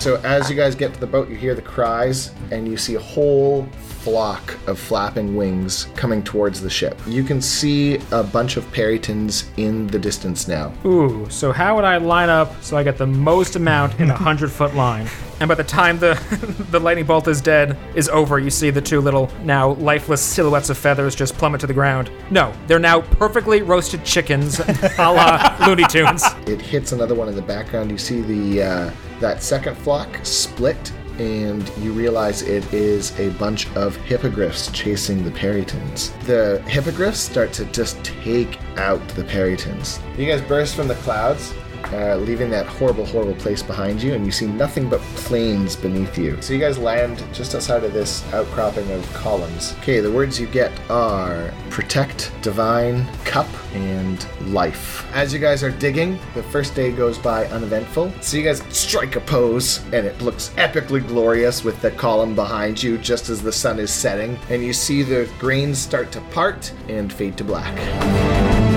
So as you guys get to the boat, you hear the cries and you see a whole flock of flapping wings coming towards the ship. You can see a bunch of Perrytons in the distance now. Ooh, so how would I line up so I get the most amount in a hundred foot line? And by the time the the lightning bolt is dead is over, you see the two little now lifeless silhouettes of feathers just plummet to the ground. No, they're now perfectly roasted chickens, a la Looney Tunes. It hits another one in the background. You see the uh, that second flock split, and you realize it is a bunch of hippogriffs chasing the Perrytons. The hippogriffs start to just take out the Perrytons. You guys burst from the clouds. Uh, leaving that horrible, horrible place behind you, and you see nothing but plains beneath you. So you guys land just outside of this outcropping of columns. Okay, the words you get are protect, divine, cup, and life. As you guys are digging, the first day goes by uneventful. So you guys strike a pose, and it looks epically glorious with the column behind you just as the sun is setting, and you see the grains start to part and fade to black.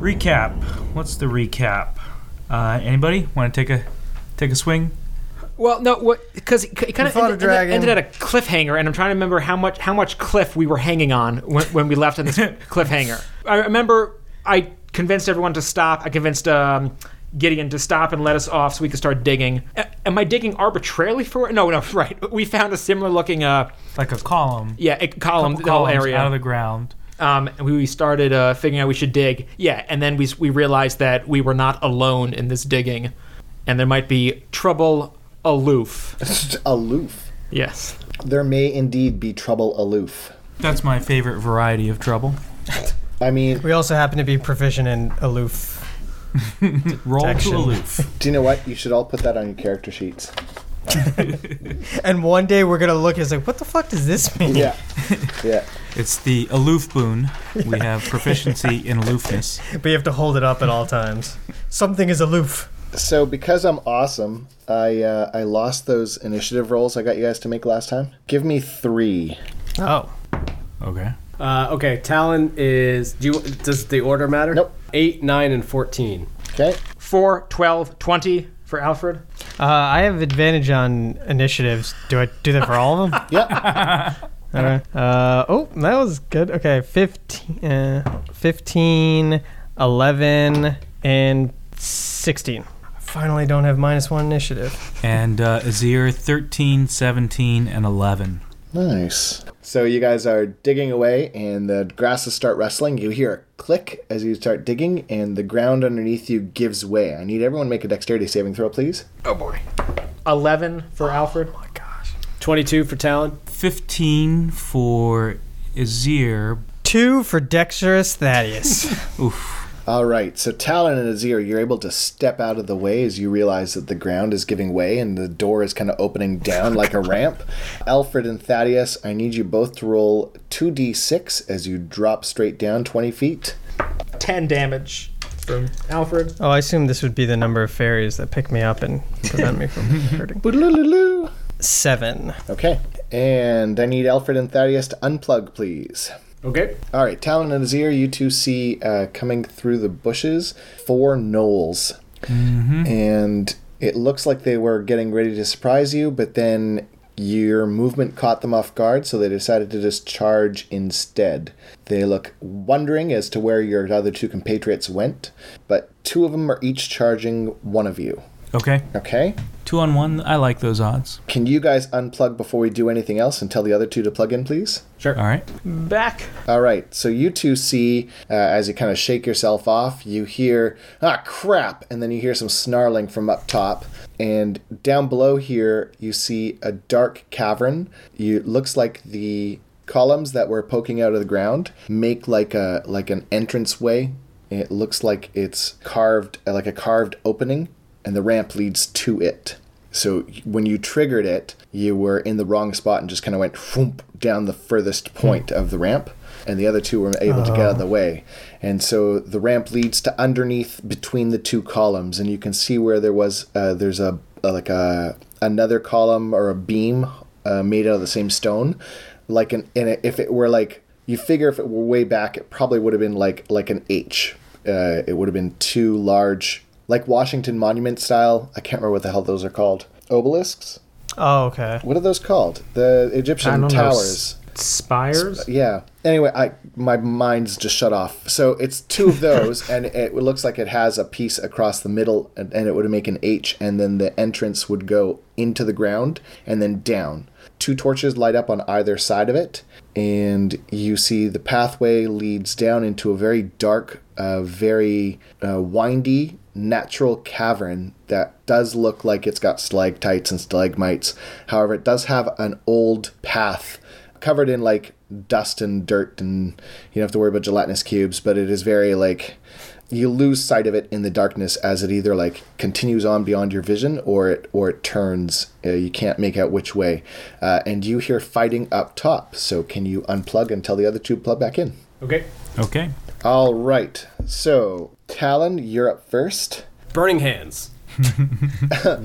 Recap. What's the recap? Uh, anybody want to take a take a swing? Well, no, what? Because it, kind of Without a ended, ended- dragon. ended at a cliffhanger, and I'm trying to remember how much how much cliff we were hanging on when, when we left on this cliffhanger. I remember I convinced everyone to stop. I convinced um, Gideon to stop and let us off so we could start digging. A- am I digging arbitrarily for? No, no, right. We found a similar looking, uh, Like a column. yeah, a column, the whole Columns area out of the ground. um, and we started uh, figuring out we should dig. Yeah, and then we we realized that we were not alone in this digging, and there might be trouble aloof. Aloof. yes. There may indeed be trouble aloof. That's my favorite variety of trouble. I mean, We also happen to be proficient in aloof. Roll Protection. to aloof. do you know what? You should all put that on your character sheets. And one day we're gonna look and say, what the fuck does this mean? Yeah. yeah. It's the aloof boon. We have proficiency in aloofness. But you have to hold it up at all times. Something is aloof. So because I'm awesome, I uh, I lost those initiative rolls I got you guys to make last time. Give me three. Oh. Okay. Uh, okay, Talon is. Do you, does the order matter? Nope. Eight, nine, and fourteen. Okay. 4, 12, 20 for Alfred. Uh, I have advantage on initiatives. Do I do that for all of them? Yep. All right. Uh, oh, that was good. Okay, 15, uh, 15, 11, and 16. I finally don't have minus one initiative. And uh, Azir 13, 17, and 11. nice. So you guys are digging away, and the grasses start rustling. You hear a click as you start digging, and the ground underneath you gives way. I need everyone to make a dexterity saving throw, please. 11 for Alfred. Twenty-two for Talon. 15 for Azir. Two for Dexterous Thaddeus. All right, so Talon and Azir, you're able to step out of the way as you realize that the ground is giving way and the door is kind of opening down like a ramp. Alfred and Thaddeus, I need you both to roll 2d6 as you drop straight down 20 feet. 10 damage from Alfred. oh, I assume this would be the number of fairies that pick me up and prevent me from hurting. Boodaloo. Seven. Okay, and I need Alfred and Thaddeus to unplug, please. Okay. All right, Talon and Azir, you two see uh, coming through the bushes four gnolls. And it looks like they were getting ready to surprise you, but then your movement caught them off guard, so they decided to just charge instead. They look wondering as to where your other two compatriots went, but two of them are each charging one of you. Okay. Okay? Two on one. I like those odds. Can you guys unplug before we do anything else and tell the other two to plug in, please? All right. Back. All right, so you two see uh, as you kind of shake yourself off, you hear, ah, crap, and then you hear some snarling from up top. And down below here, you see a dark cavern. You, it looks like the columns that were poking out of the ground make like a like an entranceway. It looks like it's carved like a carved opening, and the ramp leads to it. So when you triggered it, you were in the wrong spot and just kind of went whoomp down the furthest point of the ramp, and the other two were able to get out of the way. And so the ramp leads to underneath between the two columns, and you can see where there was uh, there's a, a uh, like a another column or a beam uh, made out of the same stone, like an in a, if it were like you figure if it were way back, it probably would have been like like an H. Uh, it would have been two large, like Washington Monument style. I can't remember what the hell those are called. Obelisks. Oh, okay. What are those called? The I Egyptian don't know. towers. Spires? Uh, Yeah. Anyway, I my mind's just shut off. So it's two of those, and it looks like it has a piece across the middle, and, and it would make an H, and then the entrance would go into the ground and then down. Two torches light up on either side of it, and you see the pathway leads down into a very dark, uh, very uh, windy natural cavern that does look like it's got stalactites and stalagmites. However, it does have an old path covered in like dust and dirt and you don't have to worry about gelatinous cubes but it is very like you lose sight of it in the darkness as it either like continues on beyond your vision or it or it turns uh, you can't make out which way uh, and you hear fighting up top so can you unplug and tell the other two to plug back in Okay. Okay. all right so talon you're up first Burning hands.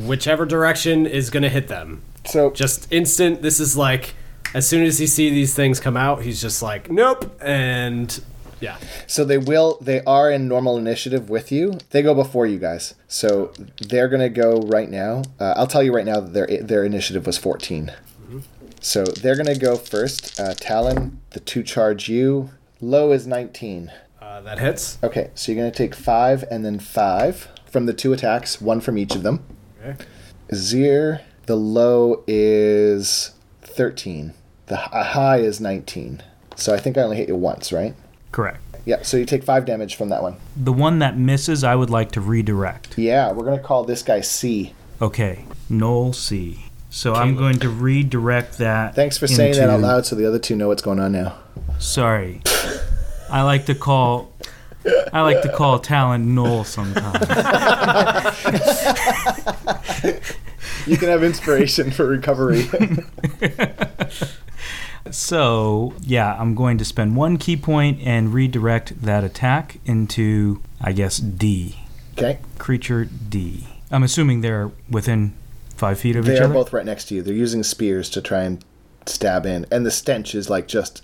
Whichever direction is gonna hit them. so Just instant. This is like, as soon as he see these things come out, he's just like, nope, and yeah. So they will. They are in normal initiative with you. They go before you guys. So they're gonna go right now. Uh, I'll tell you right now that their their initiative was 14 So they're gonna go first. Uh, Talon, the two charge you. Low is nineteen. Uh, that hits. Okay, so you're gonna take five and then five from the two attacks, one from each of them. Okay. Zir, the low is thirteen. The h- a high is nineteen. So I think I only hit you once, right? Correct. Yeah. So you take five damage from that one. The one that misses, I would like to redirect. Yeah, we're gonna call this guy C. Okay. Noel C. So I'm going to redirect that. Thanks for saying that into- out loud, so the other two know what's going on now. Sorry. I like to call. I like to call Talon Noel sometimes. You can have inspiration for recovery. so yeah, I'm going to spend one key point and redirect that attack into, I guess, D. okay, Creature D. I'm assuming they're within five feet of they each are other. both right next to you. They're using spears to try and stab in, and the stench is like just,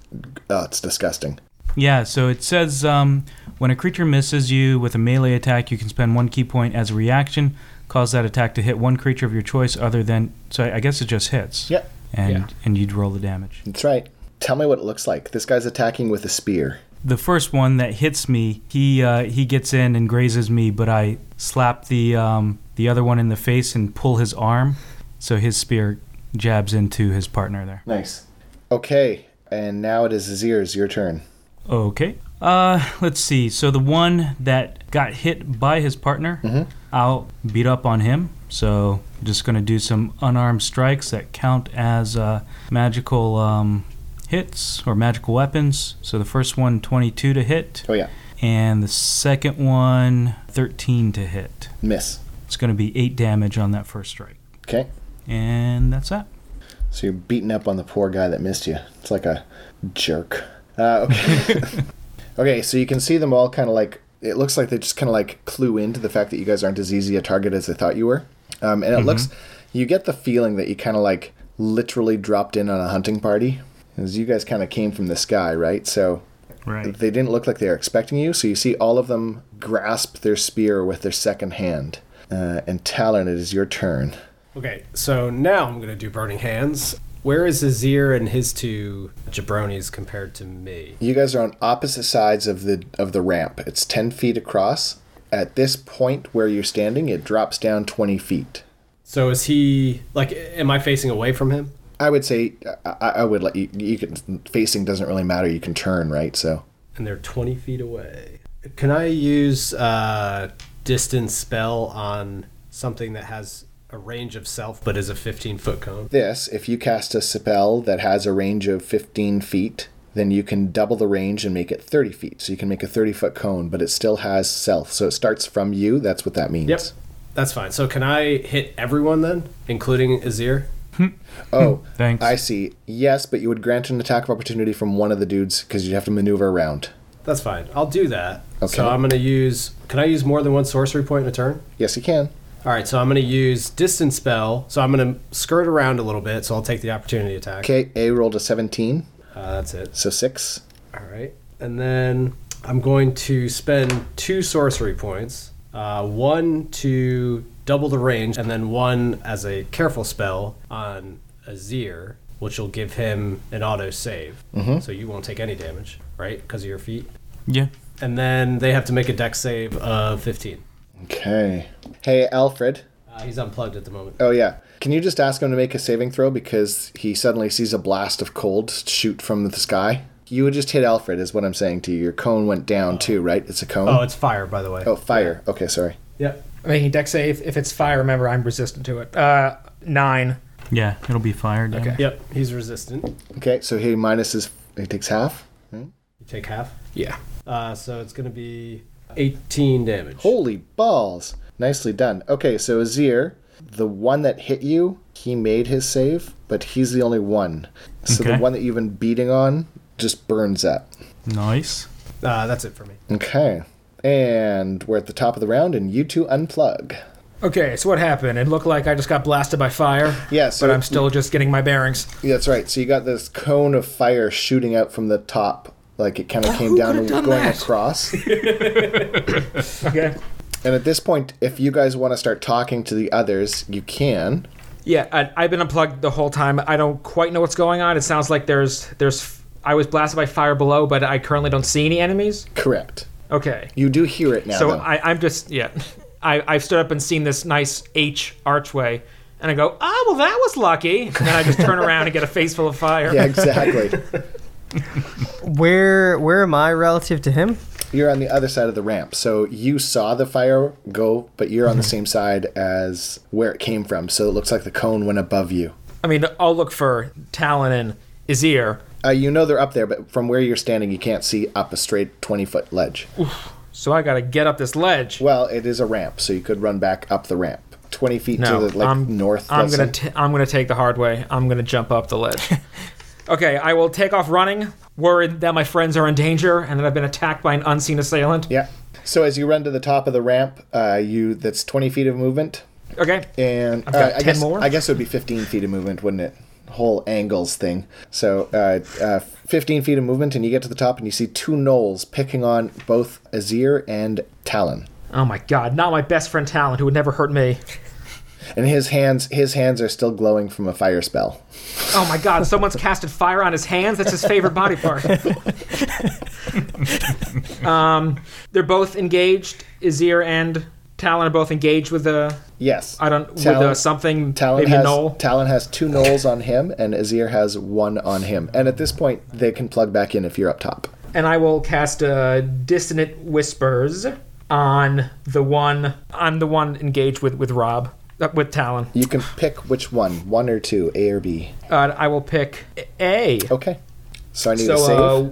oh, it's disgusting. Yeah, so it says um, when a creature misses you with a melee attack, you can spend one key point as a reaction, cause that attack to hit one creature of your choice other than. So I I guess it just hits. Yep. And Yeah. and you'd roll the damage. That's right. Tell me what it looks like. This guy's attacking with a spear. The first one that hits me, he uh, he gets in and grazes me, but I slap the um, the other one in the face and pull his arm, so his spear jabs into his partner there. Nice. Okay, and now it is Azir's your turn. Okay. Uh, let's see. So the one that got hit by his partner, Mm-hmm. I'll beat up on him. So just gonna do some unarmed strikes that count as uh, magical um, hits or magical weapons. So the first one, 22 to hit, Oh yeah, and the second one, 13 to hit. miss. It's gonna be eight damage on that first strike, Okay, and that's that. so you're beating up on the poor guy that missed you. It's like a jerk. Uh, okay. Okay, so you can see them all kind of like it looks like they just kind of like clue into the fact that you guys aren't as easy a target as they thought you were, um, and it looks you get the feeling that you kind of like literally dropped in on a hunting party, as you guys kind of came from the sky, right? So Right. they didn't look like they were expecting you, so you see all of them grasp their spear with their second hand, uh, and Talon, it is your turn. Okay, so now I'm gonna do burning hands. Where is Azir and his two jabronis compared to me? You guys are on opposite sides of the of the ramp. It's ten feet across. At this point where you're standing, it drops down twenty feet. So is he like? Am I facing away from him? I would say I, I I would let you. You can facing doesn't really matter. You can turn right. So And they're 20 feet away. Can I use uh, distance spell on something that has a range of self but is a 15 foot cone? this, if you cast a spell that has a range of fifteen feet, then you can double the range and make it thirty feet. So you can make a thirty foot cone, but it still has self. So it starts from you. That's what that means. Yep, that's fine. So can I hit everyone then, including Azir? Oh, Thanks. I see. Yes, but you would grant an attack of opportunity from one of the dudes because you'd have to maneuver around. That's fine. I'll do that. Okay. So I'm going to use. Can I use more than one sorcery point in a turn? Yes, you can. All right, so I'm going to use distance spell. So I'm going to skirt around a little bit. So I'll take the opportunity attack. Okay, A rolled a 17, Uh, that's it. so 6. All right, and then I'm going to spend two sorcery points. Uh, one to double the range, and then one as a careful spell on Azir, which will give him an auto save. Mm-hmm. So you won't take any damage, right? Because of your feet. Yeah. And then they have to make a dex save of 15. Okay. Hey, Alfred. Uh, he's unplugged at the moment. Oh, yeah. Can you just ask him to make a saving throw because he suddenly sees a blast of cold shoot from the sky? You would just hit Alfred, is what I'm saying to you. Your cone went down too, right? It's a cone? Oh, it's fire, by the way. oh fire. Okay, sorry. Yep. I'm making deck save. If it's fire, remember I'm resistant to it. Uh, nine. Yeah, it'll be fire damage. Okay. Yep. He's resistant. Okay, so he minuses, he takes half. You take half. Yeah. Uh, so it's going to be 18 damage. Holy balls. Nicely done. Okay, so Azir, the one that hit you, he made his save, but he's the only one. So the Okay. one that you've been beating on just burns up. Nice. Uh, that's it for me. Okay. And we're at the top of the round, and you two unplug. Okay, so what happened? It looked like I just got blasted by fire. Yeah, so- but I'm still just getting my bearings. Yeah, That's right. So you got this cone of fire shooting out from the top, like it kind of came down and was going across. Okay. and at this point, if you guys want to start talking to the others, you can. Yeah, I, I've been unplugged the whole time. I don't quite know what's going on. It sounds like there's there's I was blasted by fire below, but I currently don't see any enemies. Correct. Okay. You do hear it now. So though. I, I'm just yeah. I, I've stood up and seen this nice H archway, and I go, ah, well, that was lucky. And then I just turn around and get a face full of fire. yeah, exactly. Where where am I relative to him? you're on the other side of the ramp, so you saw the fire go, but you're on Mm-hmm. the same side as where it came from. So it looks like the cone went above you. I mean, I'll look for Talon and Izir. Uh, you know they're up there, but from where you're standing, you can't see up a straight 20 foot ledge. So I gotta get up this ledge. Well, it is a ramp, so you could run back up the ramp. 20 feet No, to the like, I'm north. I'm let's gonna say. t- I'm gonna take the hard way. I'm gonna jump up the ledge. okay, I will take off running, worried that my friends are in danger and that I've been attacked by an unseen assailant. yeah. So as you run to the top of the ramp, uh, you that's 20 feet of movement. Okay. And got uh, I 10 guess more. I guess it would be 15 feet of movement, wouldn't it? Whole angles thing. So uh, uh, 15 feet of movement, and you get to the top, and you see two gnolls picking on both Azir and Talon. Oh my God! Not my best friend Talon, who would never hurt me. And his hands his hands are still glowing from a fire spell. Oh my God! Someone's casted fire on his hands. That's his favorite body part. um, they're both engaged. Izir and Talon are both engaged with the Yes. I don't with Talon- a something Talon maybe has a knoll. Talon has two gnolls on him, and Azir has one on him. And at this point, they can plug back in if you're up top. and I will cast uh, dissonant whispers on the one on the one engaged with with Rob uh, with Talon. You can pick which one, one or two, A or B. Uh, I will pick A. Okay. So I need a save. So, uh,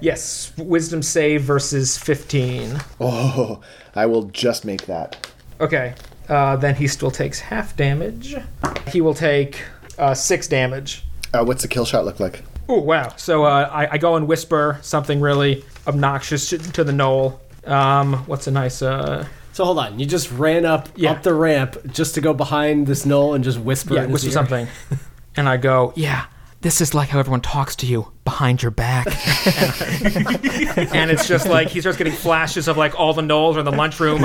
yes, wisdom save versus fifteen. oh, I will just make that. Okay, uh, then he still takes half damage. He will take uh, six damage. Uh, what's the kill shot look like? Oh wow! So uh, I, I go and whisper something really obnoxious to, to the knoll. Um, what's a nice uh, So hold on. You just ran up Yeah. up the ramp just to go behind this knoll and just whisper. yeah, in his whisper ear. something. And I go, yeah, this is like how everyone talks to you behind your back. and it's just like he starts getting flashes of like all the Knowles are in the lunchroom,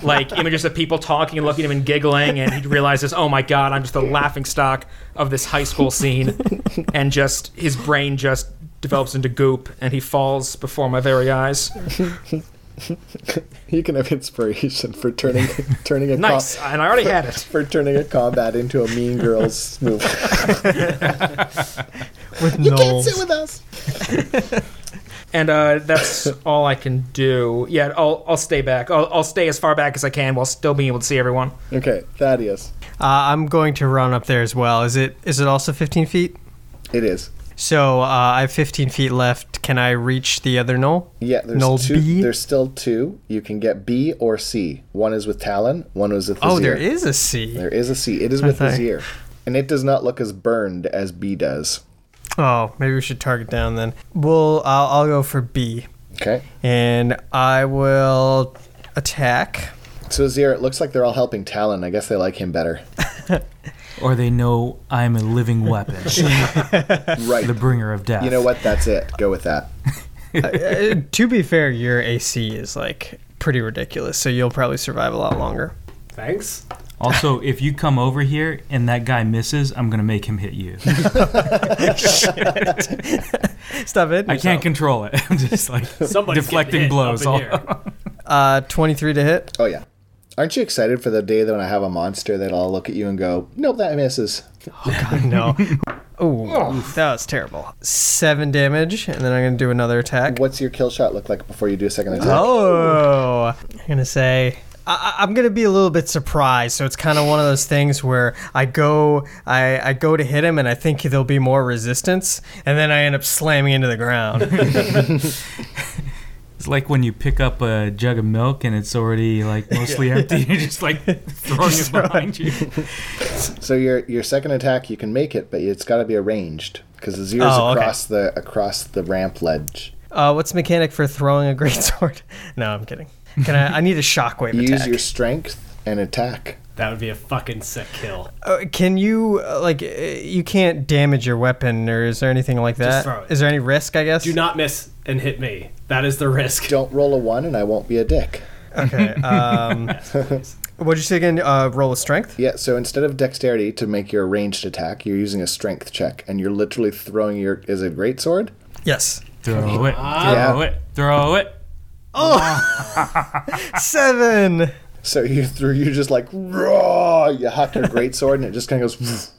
like images of people talking and looking at him and giggling. And he realizes, oh my God, I'm just the laughing stock of this high school scene. and just his brain just develops into goop and he falls before my very eyes. You can have inspiration for turning turning a Nice. com- And I already had it. for turning a combat into a Mean Girls movie. With you can't Knowles. sit with us. And uh, that's all I can do. Yeah, I'll, I'll stay back. I'll, I'll stay as far back as I can while still being able to see everyone. Okay, Thaddeus. Uh, I'm going to run up there as well. Is it is it also 15 feet? It is. So uh, I have 15 feet left. Can I reach the other knoll? Yeah, there's Null two. B? There's still two. You can get B or C. One is with Talon. One is with. Oh, Azir. there is a C. There is a C. It is with thought- Azir, and it does not look as burned as B does. Oh, maybe we should target down then. Well, I'll, I'll go for B, Okay. and I will attack. So Zir, it looks like they're all helping Talon. I guess they like him better. Or they know I'm a living weapon, Right. the bringer of death. you know what? That's it. Go with that. Uh, to be fair, your AC is like pretty ridiculous, so you'll probably survive a lot longer. Thanks. Also, if you come over here and that guy misses, I'm gonna make him hit you. Stop it. I can't control it. I'm just like Somebody's deflecting getting hit blows. Up all- in here. Uh, 23 to hit. Oh yeah. Aren't you excited for the day that when I have a monster that I'll look at you and go, "Nope, that misses." No. Oh, that was terrible. Seven damage, and then I'm gonna do another attack. What's your kill shot look like before you do a second attack? Oh, I'm gonna say. I, I- I'm gonna be a little bit surprised, so it's kind of one of those things where I go, I, I go to hit him, and I think there'll be more resistance, and then I end up slamming into the ground. It's like when you pick up a jug of milk and it's already like mostly empty. You're just like throwing it behind you. So your your second attack, you can make it, but it's got to be arranged because the zero's Oh, okay. across the across the ramp ledge. uh, what's mechanic for throwing a greatsword? No, I'm kidding. Can I? I need a shockwave Use attack. your strength and attack. That would be a fucking sick kill. Uh, can you uh, like? uh, You can't damage your weapon, or is there anything like that? Is throw it. there any risk? I guess. Do not miss and hit me. That is the risk. Don't roll a one, and I won't be a dick. Okay. Um, what'd you say again? Uh, roll a strength. Yeah. So instead of dexterity to make your ranged attack, you're using a strength check, and you're literally throwing your is it great sword? Yes. Throw it. Ah. Throw it. Throw it. Seven. So you threw you just like raw. You huck your great sword, and it just kind of goes.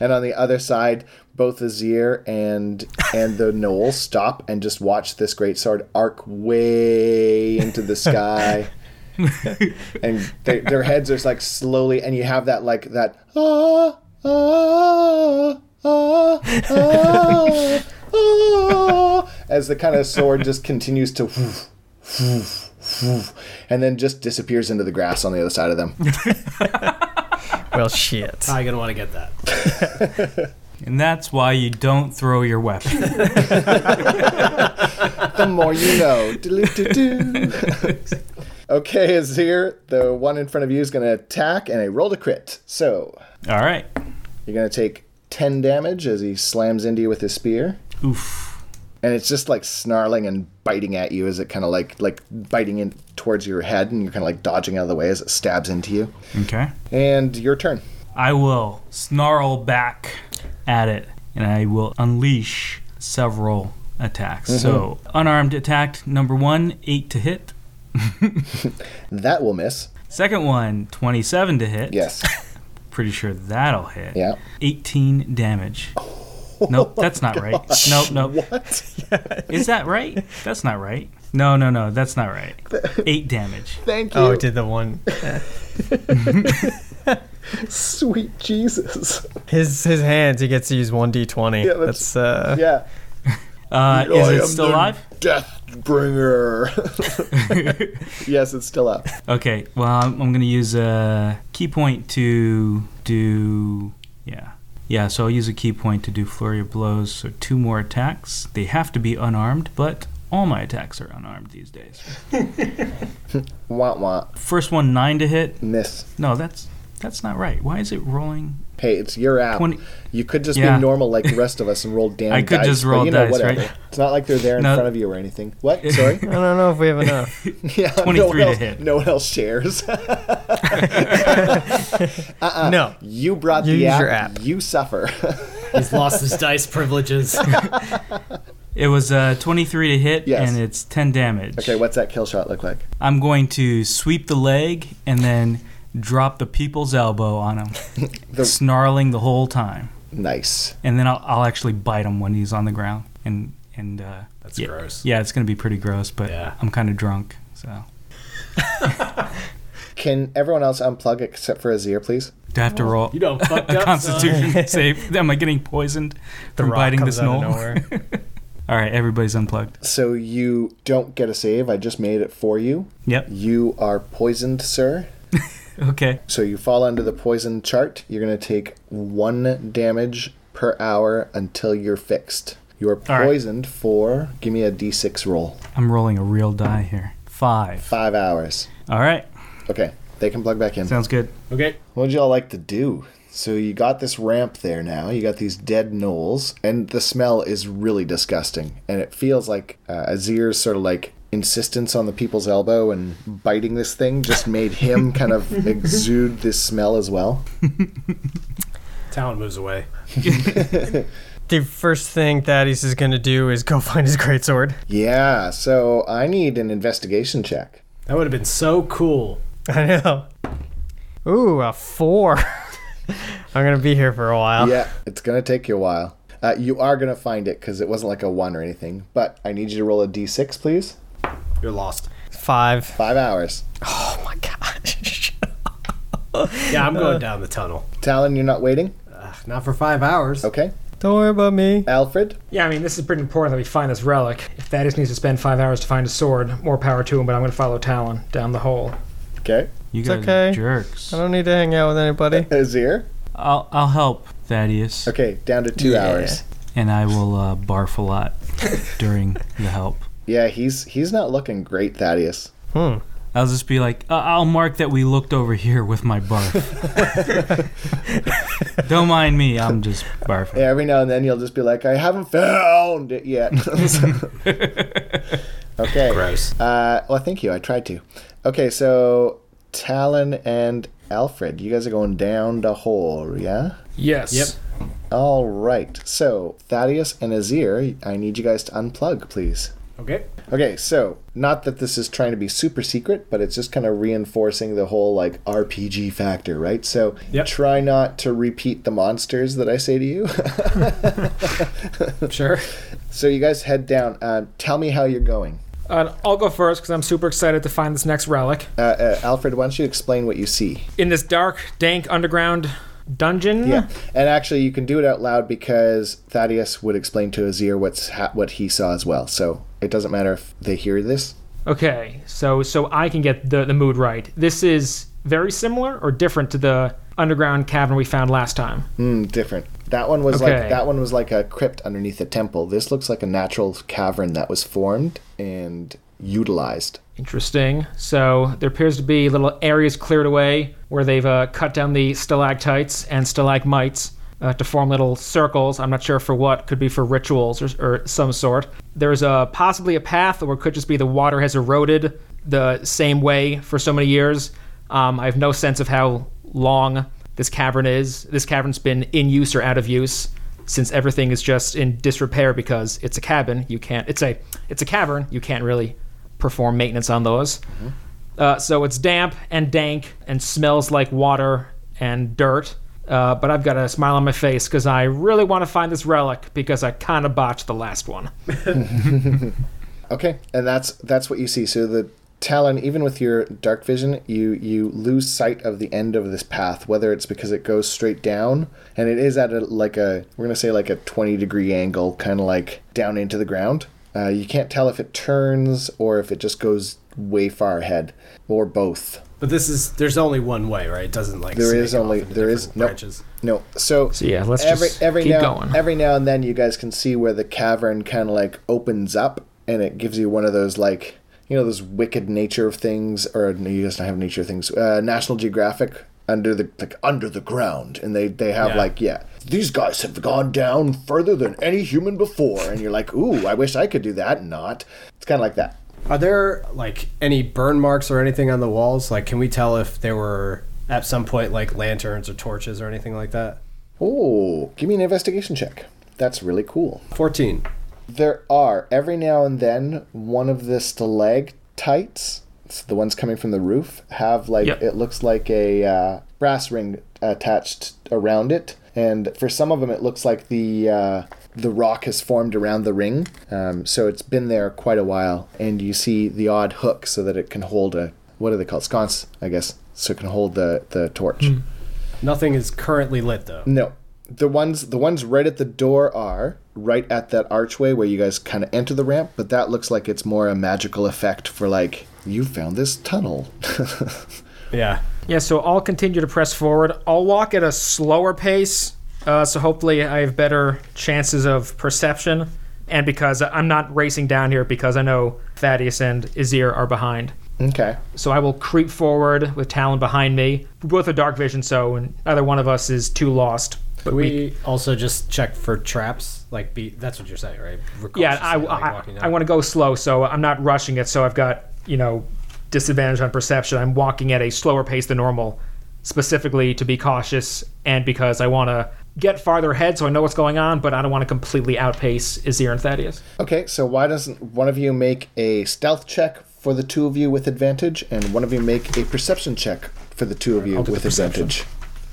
And on the other side, both Azir and and the Knoll stop and just watch this great sword arc way into the sky. and they, their heads are just like slowly, and you have that like that ah ah ah ah, ah as the kind of sword just continues to and then just disappears into the grass on the other side of them. Well, shit. I'm gonna want to get that. And that's why you don't throw your weapon. the more you know. Doo-doo-doo-doo. okay, Azir, the one in front of you is going to attack, and I rolled a crit. So All right. you're going to take 10 damage as he slams into you with his spear. Oof. And it's just like snarling and biting at you as it kind of like like biting in towards your head, and you're kind of like dodging out of the way as it stabs into you. Okay. And your turn. I will snarl back at it and I will unleash several attacks. Mm-hmm. So, unarmed attack number one, 8 to hit. That will miss. Second one, 27 to hit. Yes. Pretty sure that'll hit. Yeah. 18 damage. Nope, that's not right. Nope, nope. Oh What? Is that right? That's not right. No, no, no, that's not right. 8 damage. Thank you. Oh, it did the one. Sweet Jesus. His his hands. He gets to use one d twenty. Yeah, That's uh. Yeah. Uh, is I it am still the alive? Deathbringer. yes, it's still up. Okay, well, I'm, I'm going to use a key point to do. Yeah. Yeah, so I'll use a key point to do Flurry of Blows, so two more attacks. They have to be unarmed, but all my attacks are unarmed these days. Wah wah. First one, nine to hit. Miss. No, that's that's not right. Why is it rolling? Hey, it's your app. 20 You could just Yeah. be normal like the rest of us and roll damn I could dice, just but roll you know, dice, whatever. right? It's not like they're there in No. front of you or anything. What? Sorry? I don't know if we have enough. yeah, no 23 one to else, hit. No one else shares. Uh-uh. no. you brought You the use app, your app. You suffer. He's lost his dice privileges. It was uh, 23 to hit, Yes. and it's 10 damage. okay, what's that kill shot look like? I'm going to sweep the leg and then drop the people's elbow on him, The- snarling the whole time. Nice. and then I'll, I'll actually bite him when he's on the ground. And and uh, That's yeah, gross. Yeah, it's gonna be pretty gross, but Yeah. I'm kind of drunk, so Can everyone else unplug except for Azir, please? do I have to roll You don't fuck a up. Constitution save? Am I getting poisoned from biting this knoll? All right, everybody's unplugged. So you don't get a save. I just made it for you. Yep. You are poisoned, sir. Okay. So you fall under the poison chart. You're going to take one damage per hour until you're fixed. You are right. poisoned for, give me a d6 roll, I'm rolling a real die here. Five. five hours. All right. Okay, they can plug back in. Sounds good. Okay. What would y'all like to do? So you got this ramp there now. You got these dead knolls, and the smell is really disgusting. And it feels like uh, Azir's sort of like insistence on the people's elbow and biting this thing just made him kind of exude this smell as well. Talent moves away. The first thing Thaddeus is going to do is go find his greatsword. Yeah. So I need an investigation check. That would have been so cool. I know. Ooh, a four. I'm going to be here for a while. Yeah, it's gonna take you a while. Uh, you are gonna find it because it wasn't like a one or anything. But I need you to roll a d6, please. You're lost. Five. Five hours. Oh my gosh. Yeah, I'm going down the tunnel. Talon, you're not waiting. Ugh, not for five hours. Okay. Don't worry about me. Alfred. Yeah, I mean, this is pretty important that we find this relic. If Thaddeus needs to spend five hours to find a sword, more power to him, but I'm going to follow Talon down the hole. Okay. You It's guys okay. are jerks. I don't need to hang out with anybody. Azir. I'll I'll help Thaddeus, Okay, down to two Yeah. hours. and I will uh, barf a lot during the help. Yeah, he's he's not looking great, Thaddeus. Hmm. I'll just be like, uh, I'll mark that we looked over here with my barf. don't mind me. I'm just barfing. Yeah, every now and then you'll just be like, I haven't found it yet. okay. Gross. Uh, well, thank you. I tried to. Okay, so Talon and Alfred, you guys are going down the hole, yeah? Yes. Yep. All right. So Thaddeus and Azir, I need you guys to unplug, please. Okay. Okay, so not that this is trying to be super secret, but it's just kind of reinforcing the whole like RPG factor, right? So Yep. try not to repeat the monsters that I say to you. Sure. so you guys head down. Uh, tell me how you're going. Uh, I'll go first because I'm super excited to find this next relic. Uh, uh, Alfred, why don't you explain what you see? In this dark, dank underground dungeon. Yeah, and actually, you can do it out loud because Thaddeus would explain to Azir what's ha- what he saw as well. So it doesn't matter if they hear this. Okay, so so I can get the, the mood right. This is very similar or different to the underground cavern we found last time. Mm, different. That one was Okay. like that one was like a crypt underneath a temple. This looks like a natural cavern that was formed and utilized. Interesting. So there appears to be little areas cleared away where they've uh, cut down the stalactites and stalagmites uh, to form little circles. I'm not sure for what. Could be for rituals or, or some sort. There's a possibly a path, or it could just be the water has eroded the same way for so many years. Um, I have no sense of how long this cavern is. This cavern's been in use or out of use since everything is just in disrepair because it's a cabin. You can't. It's a it's a cavern. You can't really perform maintenance on those. Uh, so it's damp and dank and smells like water and dirt. Uh, but I've got a smile on my face because I really want to find this relic because I kind of botched the last one. Okay, and that's that's what you see. So the Talon, even with your dark vision, you you lose sight of the end of this path. Whether it's because it goes straight down, and it is at a like a we're gonna say like a twenty degree angle, kind of like down into the ground. Uh, you can't tell if it turns or if it just goes way far ahead, or both. But this is there's only one way, right? It doesn't like There is snake off only into there is different no branches. no. So, So yeah, let's every just every keep now going. every now and then you guys can see where the cavern kind of like opens up and it gives you one of those like you know those wicked nature of things or no, you guys don't have nature things uh, National Geographic under the like under the ground and they they have Yeah. like yeah these guys have gone down further than any human before and you're like ooh I wish I could do that not it's kind of like that Are there like any burn marks or anything on the walls? Like, can we tell if there were at some point like lanterns or torches or anything like that? oh give me an investigation check that's really cool Fourteen. There are every now and then one of the stalactites, it's the ones coming from the roof, have like Yep. it looks like a uh, brass ring attached around it, and for some of them it looks like the uh, the rock has formed around the ring, um, so it's been there quite a while, and you see the odd hook so that it can hold a what are they called sconce, I guess, so it can hold the the torch. Nothing is currently lit though. No. The ones the ones right at the door are right at that archway where you guys kind of enter the ramp, but that looks like it's more a magical effect for like you found this tunnel. Yeah. Yeah, so I'll continue to press forward. I'll walk at a slower pace, uh, so hopefully I have better chances of perception. And because I'm not racing down here because I know Thaddeus and Azir are behind. Okay. So I will creep forward with Talon behind me. We both have dark vision, so and either one of us is too lost. But we, we also just check for traps. Like, be that's what you're saying, right? We're yeah, I, cautiously, like, I, walking I out. want to go slow, so I'm not rushing it. So I've got you know disadvantage on perception. I'm walking at a slower pace than normal, specifically to be cautious and because I want to get farther ahead, so I know what's going on, but I don't want to completely outpace Azir and Thaddeus. Okay, so why doesn't one of you make a stealth check for the two of you with advantage, and one of you make a perception check for the two of you do with perception. advantage?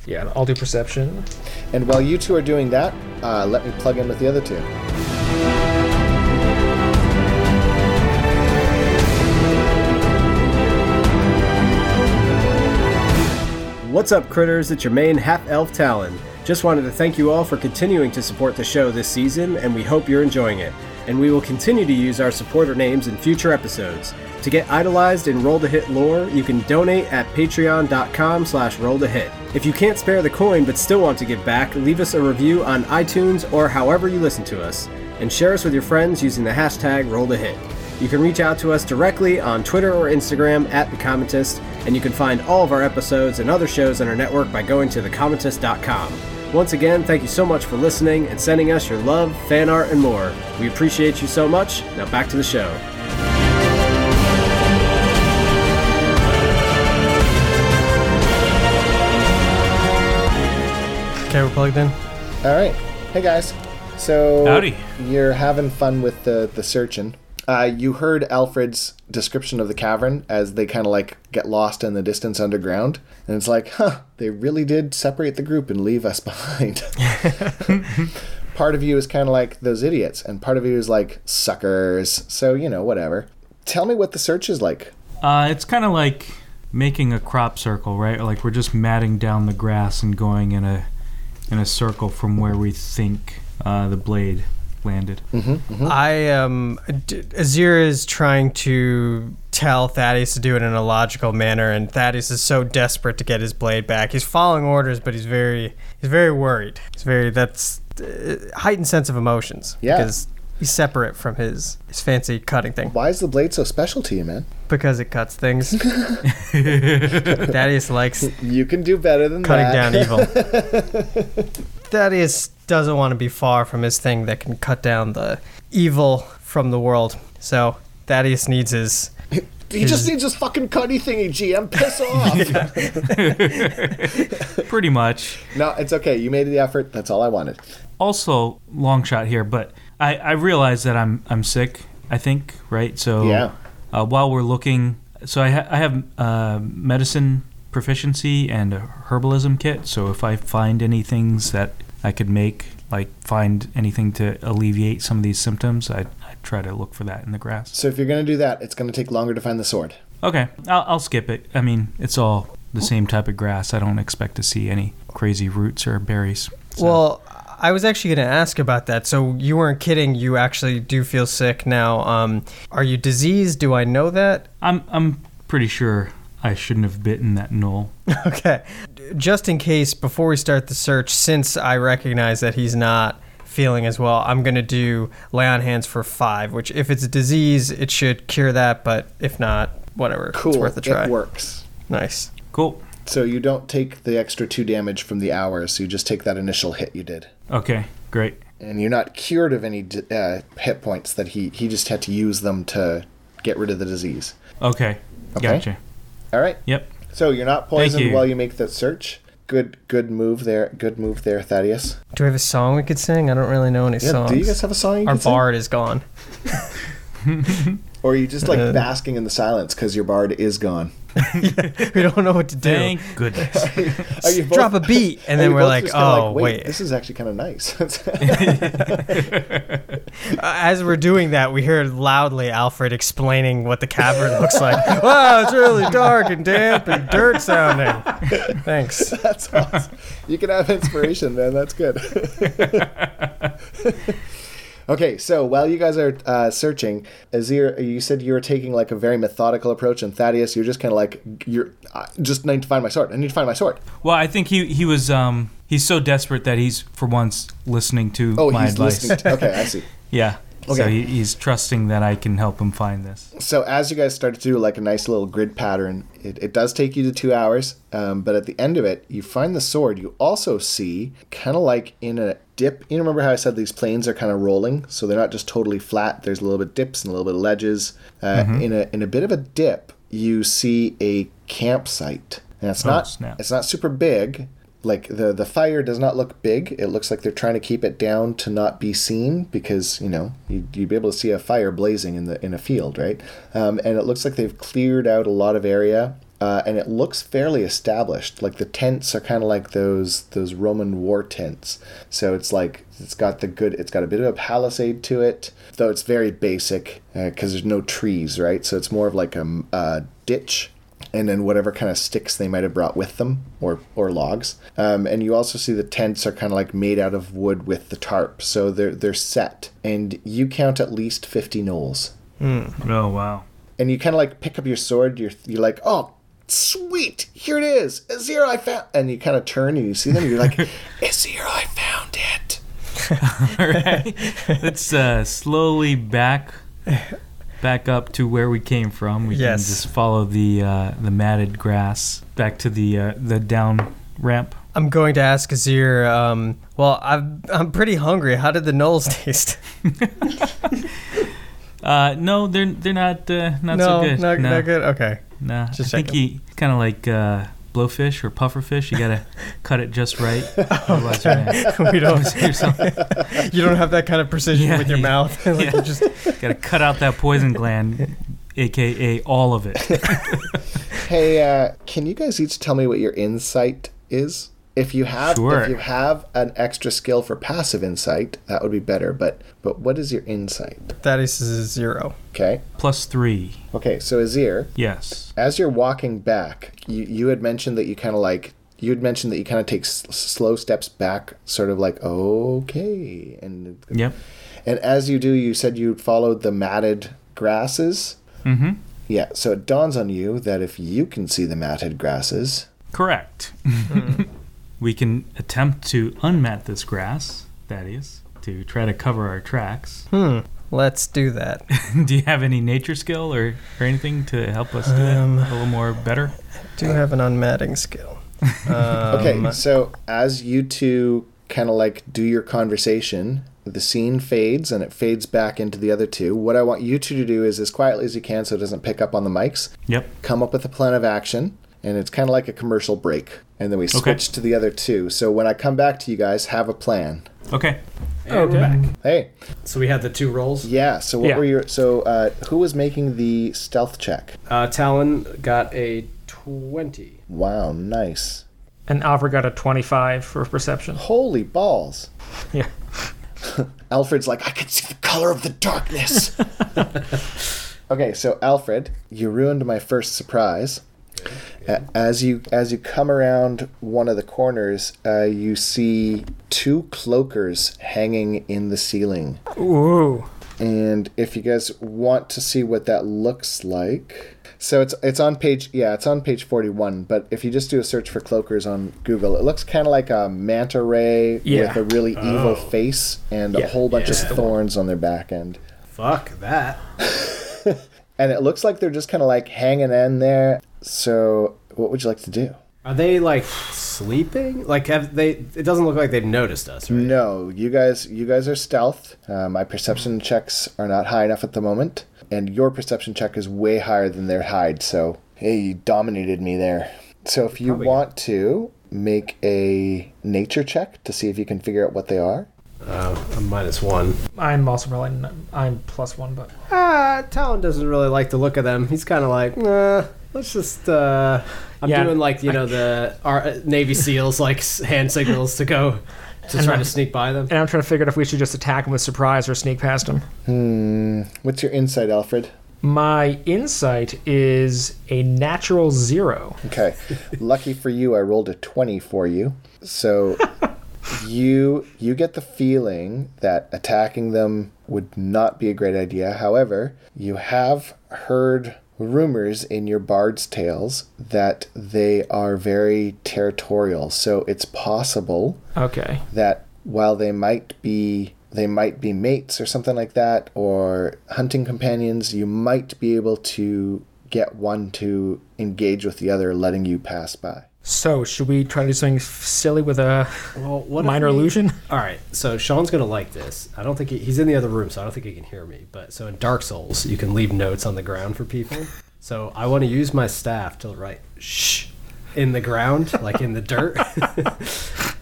Yeah, I'll do perception. And while you two are doing that, uh, let me plug in with the other two. What's up, critters? It's your main half elf Talon. Just wanted to thank you all for continuing to support the show this season, and we hope you're enjoying it. And we will continue to use our supporter names in future episodes. To get idolized in Roll to Hit lore, you can donate at patreon.com slash roll to hit. If you can't spare the coin but still want to give back, leave us a review on iTunes or however you listen to us. And share us with your friends using the hashtag roll to hit. You can reach out to us directly on Twitter or Instagram at The Commentist, and you can find all of our episodes and other shows on our network by going to thecommentist.com. Once again, thank you so much for listening and sending us your love, fan art, and more. We appreciate you so much. Now back to the show. Okay, we're plugged in. All right. Hey guys. So Howdy. you're having fun with the the searching. Uh, you heard Alfred's description of the cavern as they kind of like get lost in the distance underground, and it's like, huh, they really did separate the group and leave us behind. part of you is kind of like those idiots, and part of you is like suckers. So you know, whatever. Tell me what the search is like. Uh, it's kind of like making a crop circle, right? Like we're just matting down the grass and going in a in a circle from where we think uh, the blade landed. I um, d- Azir is trying to tell Thaddeus to do it in a logical manner, and Thaddeus is so desperate to get his blade back. He's following orders, but he's very he's very worried. He's very that's uh, heightened sense of emotions. Yeah. because he's separate from his his fancy cutting thing Why is the blade so special to you, man? because it cuts things. Thaddeus likes You can do better than cutting that. down e- evil. Thaddeus doesn't want to be far from his thing that can cut down the evil from the world. So Thaddeus needs his. He just needs his fucking cutty thingy, GM. Piss off. Pretty much. No, it's okay. You made the effort. That's all I wanted. Also, long shot here, but I, I realize that I'm I'm sick. I think right. So Yeah. Uh, while we're looking, so I, ha- I have uh, medicine proficiency and a herbalism kit. So if I find any things that I could make, like find anything to alleviate some of these symptoms, I I try to look for that in the grass. So if you're gonna do that, it's gonna take longer to find the sword. Okay, I'll, I'll skip it. I mean, it's all the same type of grass. I don't expect to see any crazy roots or berries. So- Well, I was actually going to ask about that. So you weren't kidding. You actually do feel sick now. Um, are you diseased? Do I know that? I'm I'm pretty sure I shouldn't have bitten that knoll. Okay. Just in case, before we start the search, since I recognize that he's not feeling as well, I'm going to do lay on hands for five, which, if it's a disease, it should cure that, but if not, whatever. It's worth a try. It works. Nice. Cool. So you don't take the extra two damage from the hours. you just take that initial hit you did, Okay, great. and you're not cured of any d- uh, hit points that he he just had to use them to get rid of the disease. Okay, gotcha. All right. Yep. So you're not poisoned you. while you make that search. Good good move there. Good move there, Thaddeus. Do we have a song we could sing? I don't really know any Yeah. songs. Do you guys have a song? You Our can sing? bard is gone. Or are you just like basking in the silence because your bard is gone? We don't know what to do. Thank goodness. Are you Drop a beat, and are then you we're both like, just kinda oh, wait. this is actually kind of nice. As we're doing that, we hear loudly Alfred explaining what the cavern looks like. wow, it's really dark and damp and dirt sounding. Thanks. That's awesome. you can have inspiration, man. That's good. okay, so while you guys are uh, searching, Azir, you said you were taking like a very methodical approach, and Thaddeus, you're just kind of like you're I just need to find my sword. I need to find my sword. well, I think he he was um he's so desperate that he's for once listening to Oh, my he's advice. listening. To, okay, I see. yeah. So Okay. he, he's trusting that I can help him find this. So as you guys start to do like a nice little grid pattern, it, it does take you to two hours, um, but at the end of it, you find the sword. You also see kind of like in a dip. You remember how I said these planes are kind of rolling, so they're not just totally flat. There's a little bit dips and a little bit of ledges. Uh, Mm-hmm. In a in a bit of a dip, you see a campsite, and it's Oh, not snap. it's not super big. Like the the fire does not look big. It looks like they're trying to keep it down to not be seen because you know you'd, you'd be able to see a fire blazing in the in a field, right? Um, and it looks like they've cleared out a lot of area, uh, and it looks fairly established. Like the tents are kind of like those those Roman war tents. So it's like it's got the good. It's got a bit of a palisade to it, though it's very basic because there's no trees, right? So it's more of like a m- a ditch and then whatever kind of sticks they might have brought with them or or logs. Um, and you also see the tents are kind of like made out of wood with the tarp, so they're they're set. And you count at least fifty knolls, Oh wow. and you kind of like pick up your sword. You're you're like oh. Sweet, here it is. A zero I found, and you kind of turn and you see them. You're like, a zero I found it. All right. Let's uh, slowly back back up to where we came from. We Yes. can just follow the uh, the matted grass back to the uh, the down ramp. I'm going to ask Azir. Um, well, I've, I'm pretty hungry. How did the knolls taste? Uh, no, they're they're not uh, not no, so good. Not, no, not good. Okay. Nah. Just I think he kind of like uh, blowfish or pufferfish. You gotta cut it just right. Otherwise, you're gonna- we don't. you're something- You don't have that kind of precision Yeah, with your you- mouth. like yeah. you just gotta cut out that poison gland, aka all of it. Hey, uh, can you guys each tell me what your insight is? If you have, Sure. if you have an extra skill for passive insight, that would be better. But but what is your insight? that is a zero. Okay. Plus three. Okay, so Azir, Yes. as you're walking back, you, you had mentioned that you kind of like, you had mentioned that you kind of take s- slow steps back, sort of like, okay. And, Yep. and as you do, you said you followed the matted grasses. Mm-hmm. Yeah, so it dawns on you that if you can see the matted grasses, Correct. Hmm. we can attempt to unmat this grass, that is, to try to cover our tracks. Hmm. Let's do that. do you have any nature skill or, or anything to help us do Um, that a little more better? Do have an unmatting skill. Okay, Um, so as you two kind of like do your conversation, the scene fades and it fades back into the other two. What I want you two to do is as quietly as you can so it doesn't pick up on the mics, Yep. come up with a plan of action, and it's kind of like a commercial break. And then we switch to the other two. So when I come back to you guys, have a plan. Okay. And we're back. Hey, So we had the two rolls. yeah. So what Yeah. were your? So uh, who was making the stealth check? Uh, Talon got a 20. Wow, nice. And Alfred got a 25 for perception. Holy balls! Yeah. Alfred's like, I can see the color of the darkness. okay, so Alfred, you ruined my first surprise. A- As you as you come around one of the corners, uh, you see two cloakers hanging in the ceiling. Ooh. And if you guys want to see what that looks like, so it's it's on page yeah it's on page forty one. But if you just do a search for cloakers on Google, it looks kind of like a manta ray Yeah. with a really evil face and a Yeah. whole bunch Yeah. of thorns on their back end. Fuck that. And it looks like they're just kind of like hanging in there. So what would you like to do? Are they like sleeping? Like have they? It doesn't look like they've noticed us, right? No, you guys you guys are stealth. Uh, my perception checks are not high enough at the moment, and your perception check is way higher than their hide. So hey, you dominated me there. So if you want to make a nature check to see if you can figure out what they are. Uh, a minus one. I'm also probably n- I'm plus one, but Uh, Talon doesn't really like the look of them. He's kind of like, nah, let's just. Uh, I'm Yeah, doing like you know the our uh, Navy SEALs like s- hand signals to go to try to sneak by them. and I'm trying to figure out if we should just attack him with surprise or sneak past him. Hmm. What's your insight, Alfred? My insight is a natural zero. Okay. Lucky for you, I rolled a twenty for you. So you you get the feeling that attacking them would not be a great idea. However, you have heard rumors in your bard's tales that they are very territorial. So it's possible Okay. that while they might be they might be mates or something like that, or hunting companions. You might be able to get one to engage with the other, letting you pass by. So, should we try to do something silly with a Well, what if minor we- illusion? All right, so Sean's gonna like this. I don't think he, he's in the other room, so I don't think he can hear me. But so in Dark Souls, you can leave notes on the ground for people. So I want to use my staff to write "shh" in the ground, like in the dirt,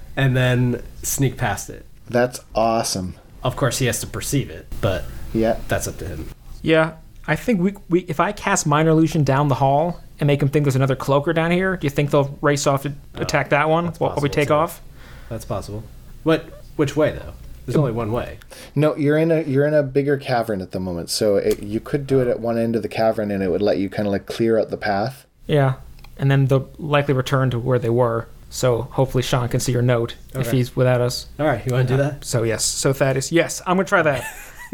and then sneak past it. That's awesome. Of course, he has to perceive it, but Yeah. that's up to him. Yeah, I think we, we if I cast minor illusion down the hall and make them think there's another cloaker down here, do you think they'll race off to attack that one while, while possible, we take too. off? That's possible. What? Which way though? There's only one way. No, you're in a you're in a bigger cavern at the moment, so it, you could do it at one end of the cavern, and it would let you kind of like clear out the path. Yeah, and then they'll likely return to where they were. So hopefully Sean can see your note if Okay. he's without us. All right, you want to do that? So yes, so Thaddeus, yes, I'm gonna try that.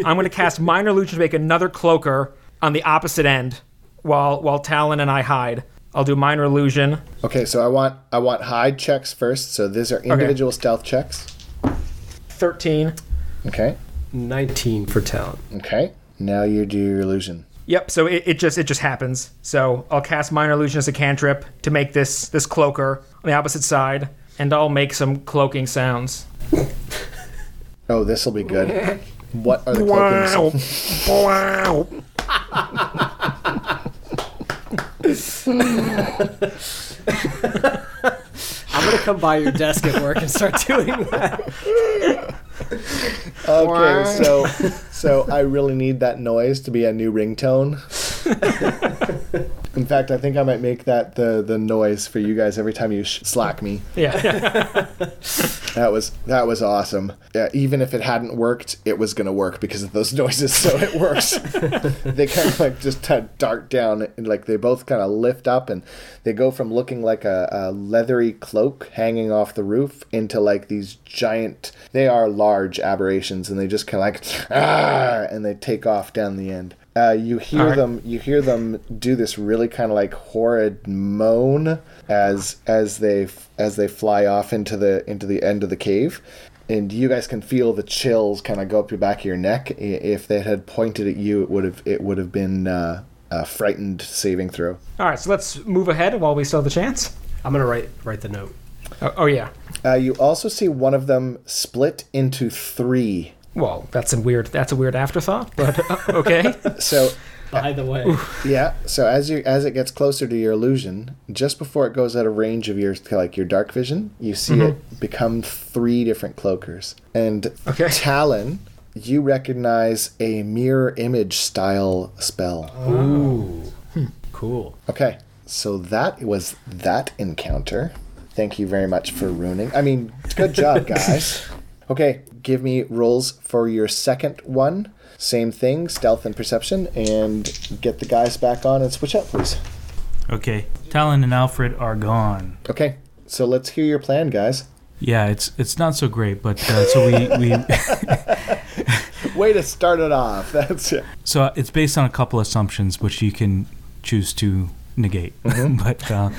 I'm gonna cast minor illusion to make another cloaker on the opposite end while while Talon and I hide. I'll do minor illusion. Okay, so I want I want hide checks first. So these are individual stealth checks. Thirteen. Okay. Nineteen for talent. Okay. Now you do your illusion. Yep. So it, it just it just happens. So I'll cast minor illusion as a cantrip to make this this cloaker on the opposite side, and I'll make some cloaking sounds. Oh, this will be good. What are the cloaking? sounds? wow. I'm gonna come by your desk at work and start doing that. Okay, so so I really need that noise to be a new ringtone. In fact, I think I might make that the the noise for you guys every time you sh- slack me. Yeah. That was that was awesome. Yeah, even if it hadn't worked, it was gonna work because of those noises. So it works. they kind of like just kind of dart down and like they both kind of lift up and they go from looking like a, a leathery cloak hanging off the roof into like these giant. They are large aberrations and they just kind of like ah, and they take off down the end. Uh, you hear them. You hear them do this really kind of like horrid moan as as they f- as they fly off into the into the end of the cave, and you guys can feel the chills kind of go up your back of your neck. I- If they had pointed at you, it would have it would have been uh, a frightened saving throw. All right. So let's move ahead while we still have the chance. I'm gonna write write the note. Oh, oh yeah. Uh, you also see one of them split into three. Well, that's a weird that's a weird afterthought, but uh, okay. So By the way, yeah, so as you as it gets closer to your illusion, just before it goes out of range of your like your dark vision, you see it become three different cloakers. And Okay. Talon, you recognize a mirror image style spell. ooh, Oh. cool. Okay, so that was that encounter. Thank you very much for ruining. I mean, good job, guys. Okay, give me rolls for your second one. Same thing, stealth and perception, and get the guys back on and switch out, please. Okay, Talon and Alfred are gone. Okay, so let's hear your plan, guys. Yeah, it's it's not so great, but uh, so we, we Way to start it off. That's it. so it's based on a couple assumptions, which you can choose to negate. but uh,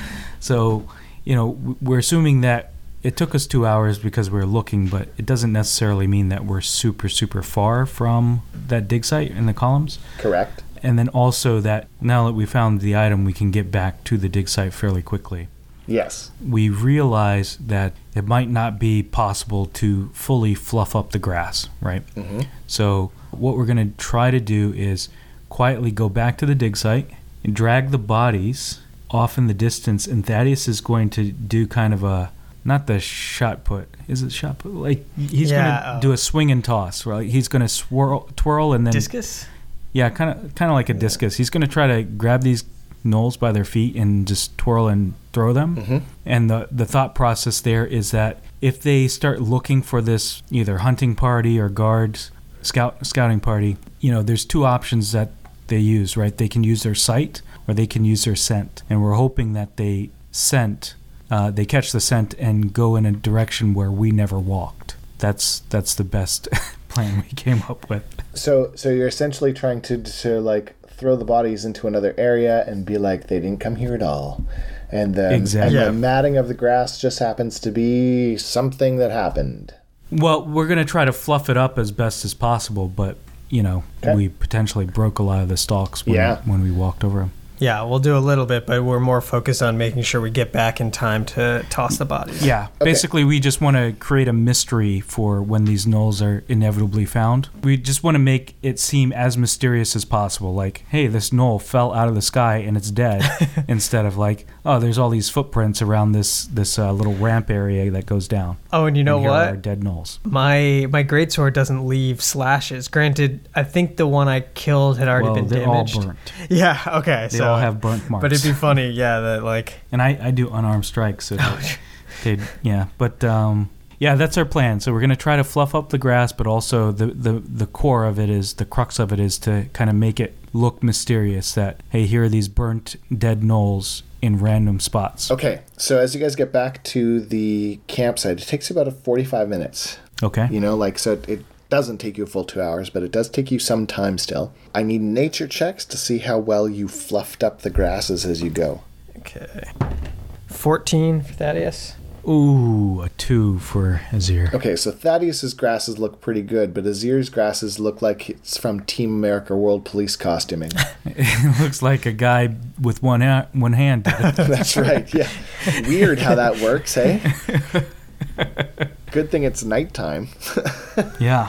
so you know, w- we're assuming that it took us two hours because we are looking, but it doesn't necessarily mean that we're super super far from that dig site in the columns. Correct. And then also that now that we found the item, we can get back to the dig site fairly quickly. Yes. we realize that it might not be possible to fully fluff up the grass, right? So, what we're going to try to do is quietly go back to the dig site and drag the bodies off in the distance. And Thaddeus is going to do kind of a not the shot put. Is it shot put? Like he's Yeah, going to uh, do a swing and toss, right? He's going to swirl, twirl, and then Discus? yeah, kind of, kind of like a discus. He's going to try to grab these gnolls by their feet and just twirl and throw them. And the the thought process there is that if they start looking for this either hunting party or guards scout scouting party, you know, there's two options that they use, right? They can use their sight or they can use their scent. And we're hoping that they scent, uh, they catch the scent and go in a direction where we never walked. That's that's the best plan we came up with. So, so you're essentially trying to to like throw the bodies into another area and be like they didn't come here at all, and then Exactly. and Yeah. the matting of the grass just happens to be something that happened. Well, we're going to try to fluff it up as best as possible, but, you know, Okay. we potentially broke a lot of the stalks when, Yeah. when we walked over them. Yeah, we'll do a little bit, but we're more focused on making sure we get back in time to toss the bodies. Yeah. Basically, we just want to create a mystery for when these knolls are inevitably found. We just want to make it seem as mysterious as possible. Like, hey, this knoll fell out of the sky and it's dead, instead of like, oh, there's all these footprints around this this uh, little ramp area that goes down. Oh, and you know and here what? Are dead knolls. My my greatsword doesn't leave slashes. Granted, I think the one I killed had already well, been they're damaged. all burnt. Yeah, okay. They so, all have burnt marks. But it'd be funny, yeah, that like and I, I do unarmed strikes. So that- they- yeah, but um, yeah, that's our plan. So we're gonna try to fluff up the grass, but also the, the the core of it is the crux of it is to kind of make it look mysterious. That hey, here are these burnt dead knolls in random spots. Okay, so as you guys get back to the campsite, it takes about a 45 minutes. Okay. You know, like, so it, it doesn't take you a full two hours, but it does take you some time still. I need nature checks to see how well you fluffed up the grasses as you go. okay. 14 for Thaddeus. Ooh, a two for Azir. Okay, so Thaddeus's grasses look pretty good, but Azir's grasses look like it's from Team America World Police costuming. it looks like a guy with one ha- one hand. did it. That's right, yeah. Weird how that works, hey? Good thing it's nighttime. yeah.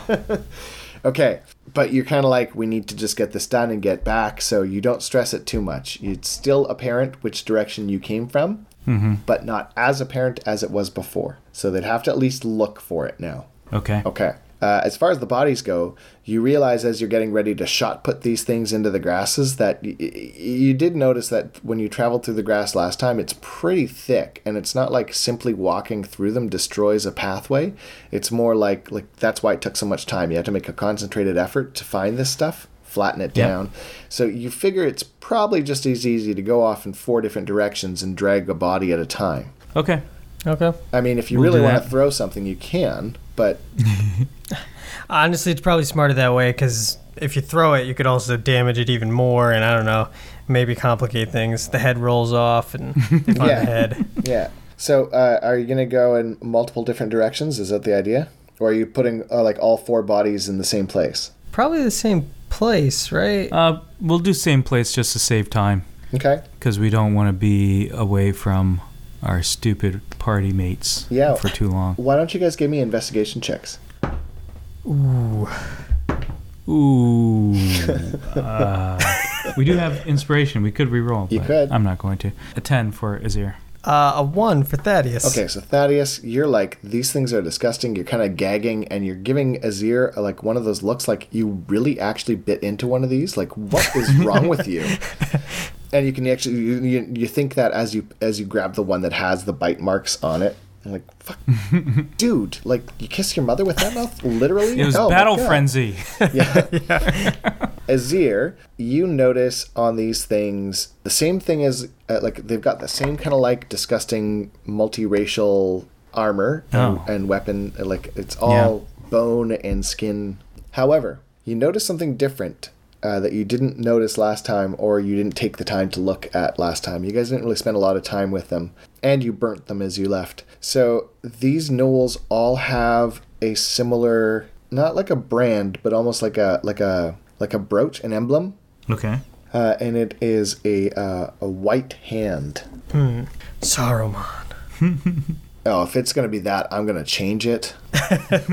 Okay, but you're kind of like, we need to just get this done and get back, so you don't stress it too much. It's still apparent which direction you came from, but not as apparent as it was before. So they'd have to at least look for it now. Okay. Okay. Uh, as far as the bodies go, you realize as you're getting ready to shot put these things into the grasses that y- y- you did notice that when you traveled through the grass last time, it's pretty thick, and it's not like simply walking through them destroys a pathway. It's more like like that's why it took so much time. You had to make a concentrated effort to find this stuff, flatten it Yep. down. So you figure it's probably just as easy to go off in four different directions and drag a body at a time. Okay. Okay. I mean, if you We'll really do want to that. throw something, you can, but Honestly, it's probably smarter that way cuz if you throw it, you could also damage it even more and I don't know, maybe complicate things. The head rolls off and they find Yeah. the head. Yeah. So, uh, are you going to go in multiple different directions? Is that the idea? Or are you putting uh, like all four bodies in the same place? Probably the same place, right? Uh, we'll do same place just to save time. Okay. because we don't want to be away from our stupid party mates Yeah. for too long. Why don't you guys give me investigation checks? Ooh. Uh, we do have inspiration. We could re-roll. You but could. I'm not going to. A 10 for Azir. Uh, a 1 for Thaddeus. Okay, so Thaddeus, you're like, these things are disgusting. You're kind of gagging, and you're giving Azir uh, like one of those looks like, you really actually bit into one of these? Like, what is wrong with you? And you can actually, you, you, you think that as you as you grab the one that has the bite marks on it. I'm like, fuck, dude, like, you kiss your mother with that mouth? Literally? It was Oh my Battle God. Frenzy. Azir, you notice on these things the same thing as uh, like they've got the same kind of like disgusting multiracial armor and- Oh. and, weapon. uh, Like it's all bone and skin. However, you notice something different uh, that you didn't notice last time, or you didn't take the time to look at last time. You guys didn't really spend a lot of time with them, and you burnt them as you left. So these gnolls all have a similar, not like a brand, but almost like a like a like a brooch, an emblem, okay. uh, and it is a uh, a white hand. Saruman. Oh, if it's gonna be that, I'm gonna change it.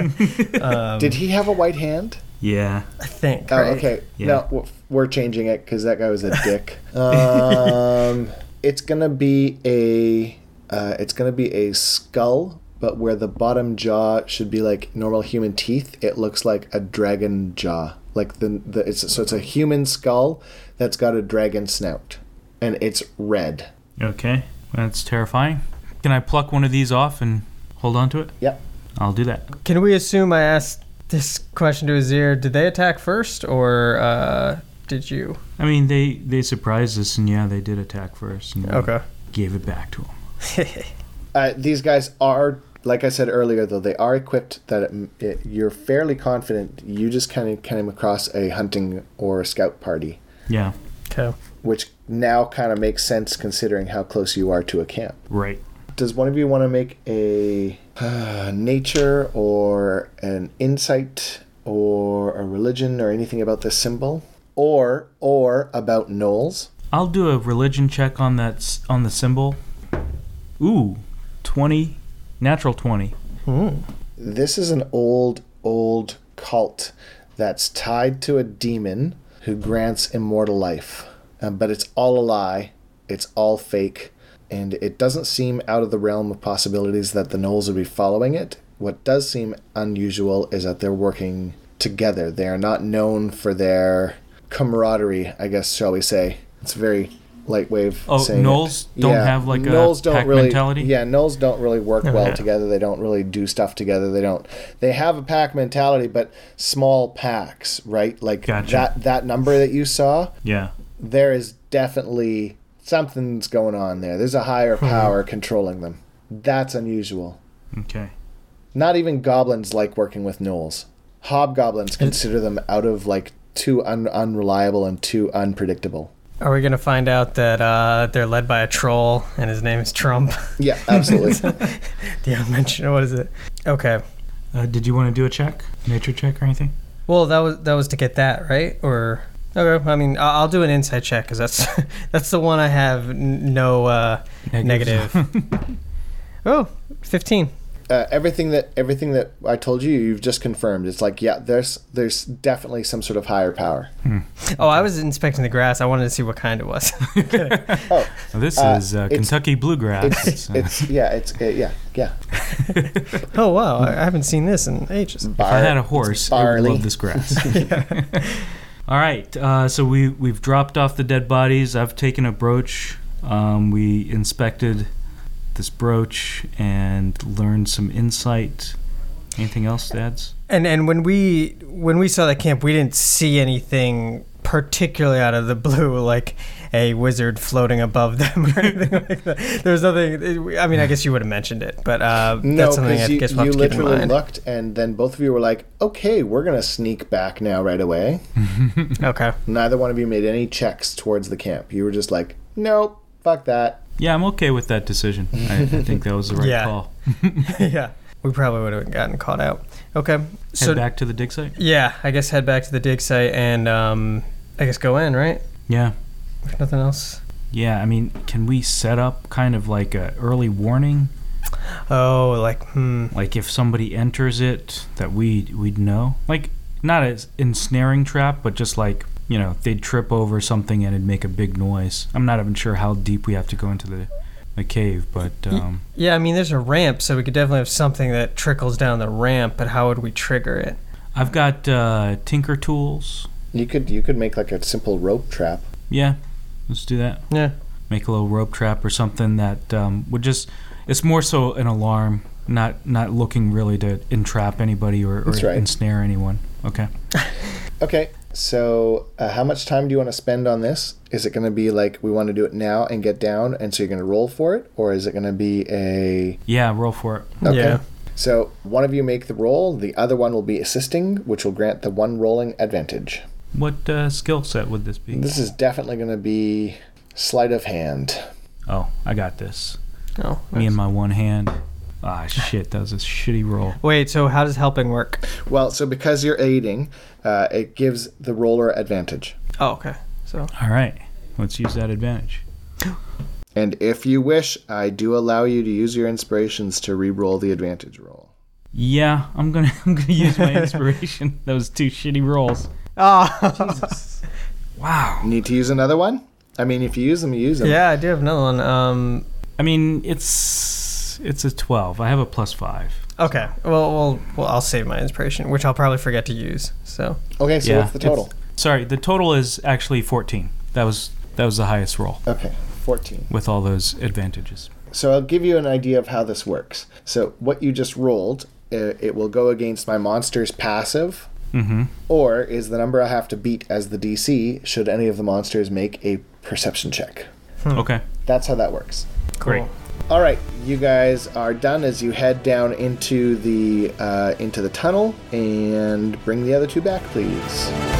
Did he have a white hand? Yeah. I think. Oh, right? okay. Yeah. No, w- we're changing it because that guy was a dick. um, it's gonna be a uh, it's gonna be a skull, but where the bottom jaw should be like normal human teeth, it looks like a dragon jaw. Like the the it's so it's a human skull that's got a dragon snout, and it's red. Okay. That's terrifying. Can I pluck one of these off and hold on to it? Yep. I'll do that. Can we assume I asked this question to Azir? Did they attack first, or uh, did you? I mean, they, they surprised us, and yeah, they did attack first. And we Okay. Gave it back to them. Uh, these guys are, like I said earlier, though they are equipped that it, it, you're fairly confident you just kind of came across a hunting or a scout party, Yeah. Okay. which now kind of makes sense considering how close you are to a camp. Right. Does one of you want to make a uh, nature or an insight or a religion or anything about this symbol? Or or about Knowles? I'll do a religion check on that s- on the symbol. Ooh, 20, natural 20. This is an old, old cult that's tied to a demon who grants immortal life. Um, but it's all a lie, it's all fake, and it doesn't seem out of the realm of possibilities that the Knowles would be following it. What does seem unusual is that they're working together. They are not known for their camaraderie, I guess, shall we say. It's a very light way of Oh, saying it. Knowles don't have, like, a Knowles don't pack really, mentality? Yeah, Knowles don't really work well together. They don't really do stuff together. They don't. They have a pack mentality, but small packs, right? Like Gotcha. that that number that you saw, Yeah. there is definitely something's going on there. There's a higher power controlling them. That's unusual. Okay. Not even goblins like working with Knowles. Hobgoblins consider them out of like too un- unreliable and too unpredictable. Are we gonna find out that uh, they're led by a troll and his name is Trump? Yeah, absolutely. the unmentioned. What is it? Okay. Uh, did you want to do a check? Nature check or anything? Well, that was that was to get that right, or okay. I mean, I- I'll do an insight check because that's that's the one I have n- no uh, Negatives. negative. oh, 15. uh, everything that everything that I told you, you've just confirmed. It's like yeah, there's there's definitely some sort of higher power. Oh, I was inspecting the grass. I wanted to see what kind it was. Oh, This Uh, is uh, it's- Kentucky bluegrass. it's uh, it's yeah, it's uh, yeah yeah. oh wow, I I haven't seen this in ages. if I Bar- had a horse, I would barley. love this grass. All right. Uh, so we we've dropped off the dead bodies. I've taken a brooch. Um, we inspected this brooch and learned some insight. Anything else, Dads? And and when we when we saw that camp, we didn't see anything particularly out of the blue, like a wizard floating above them or anything like that. There was nothing. it- I mean, I guess you would have mentioned it, but uh, No, that's something I because you, guess we'll you have to keep in literally mind. looked, and then both of you were like, "Okay, we're gonna sneak back now, right away." okay. Neither one of you made any checks towards the camp. You were just like, "Nope, fuck that." Yeah, I'm okay with that decision. I, I think that was the right Yeah. call. yeah, we probably would have gotten caught out. Okay, Head so back to the dig site. yeah, I guess head back to the dig site and um, I guess go in, right? Yeah. If nothing else. Yeah, I mean, can we set up kind of like a early warning, Oh, like hmm. like if somebody enters it, that we we'd know, like not an ensnaring trap, but just like you know they'd trip over something and it'd make a big noise. I'm not even sure how deep we have to go into the the cave, but um, Yeah, I mean, there's a ramp, so we could definitely have something that trickles down the ramp. But how would we trigger it? I've got uh, tinker tools. You could you could make like a simple rope trap. Yeah, let's do that. Yeah. Make a little rope trap or something that um, would just. It's more so an alarm, not not looking really to entrap anybody or, or That's right. ensnare anyone. Okay. Okay, so uh, how much time do you want to spend on this? Is it going to be like we want to do it now and get down, and so you're going to roll for it, or is it going to be a Yeah, roll for it. okay? Yeah. So one of you make the roll, the other one will be assisting, which will grant the one rolling advantage. What uh, skill set would this be? This is definitely going to be sleight of hand. Oh, I got this. Oh. Me and my one hand. Ah, shit, that was a shitty roll. Wait. So how does helping work? Well, so because you're aiding, uh, it gives the roller advantage. Oh, okay. So All right, let's use that advantage. And if you wish, I do allow you to use your inspirations to re-roll the advantage roll. Yeah, I'm gonna I'm gonna use my inspiration. Those two shitty rolls. Oh. Wow. Need to use another one? I mean, if you use them, you use them. yeah, I do have another one. Um. I mean, it's it's a twelve. I have a plus five. Okay. Well, well, well. I'll save my inspiration, which I'll probably forget to use. So. Okay, so yeah. what's the total? it's- sorry, the total is actually fourteen. That was that was the highest roll Okay, 14. with all those advantages. So I'll give you an idea of how this works. So what you just rolled, uh, it will go against my monster's passive, Mm-hmm. or is the number I have to beat as the DC should any of the monsters make a perception check. Okay. That's how that works. Great. All right, you guys are done as you head down into the uh, into the tunnel and bring the other two back, please.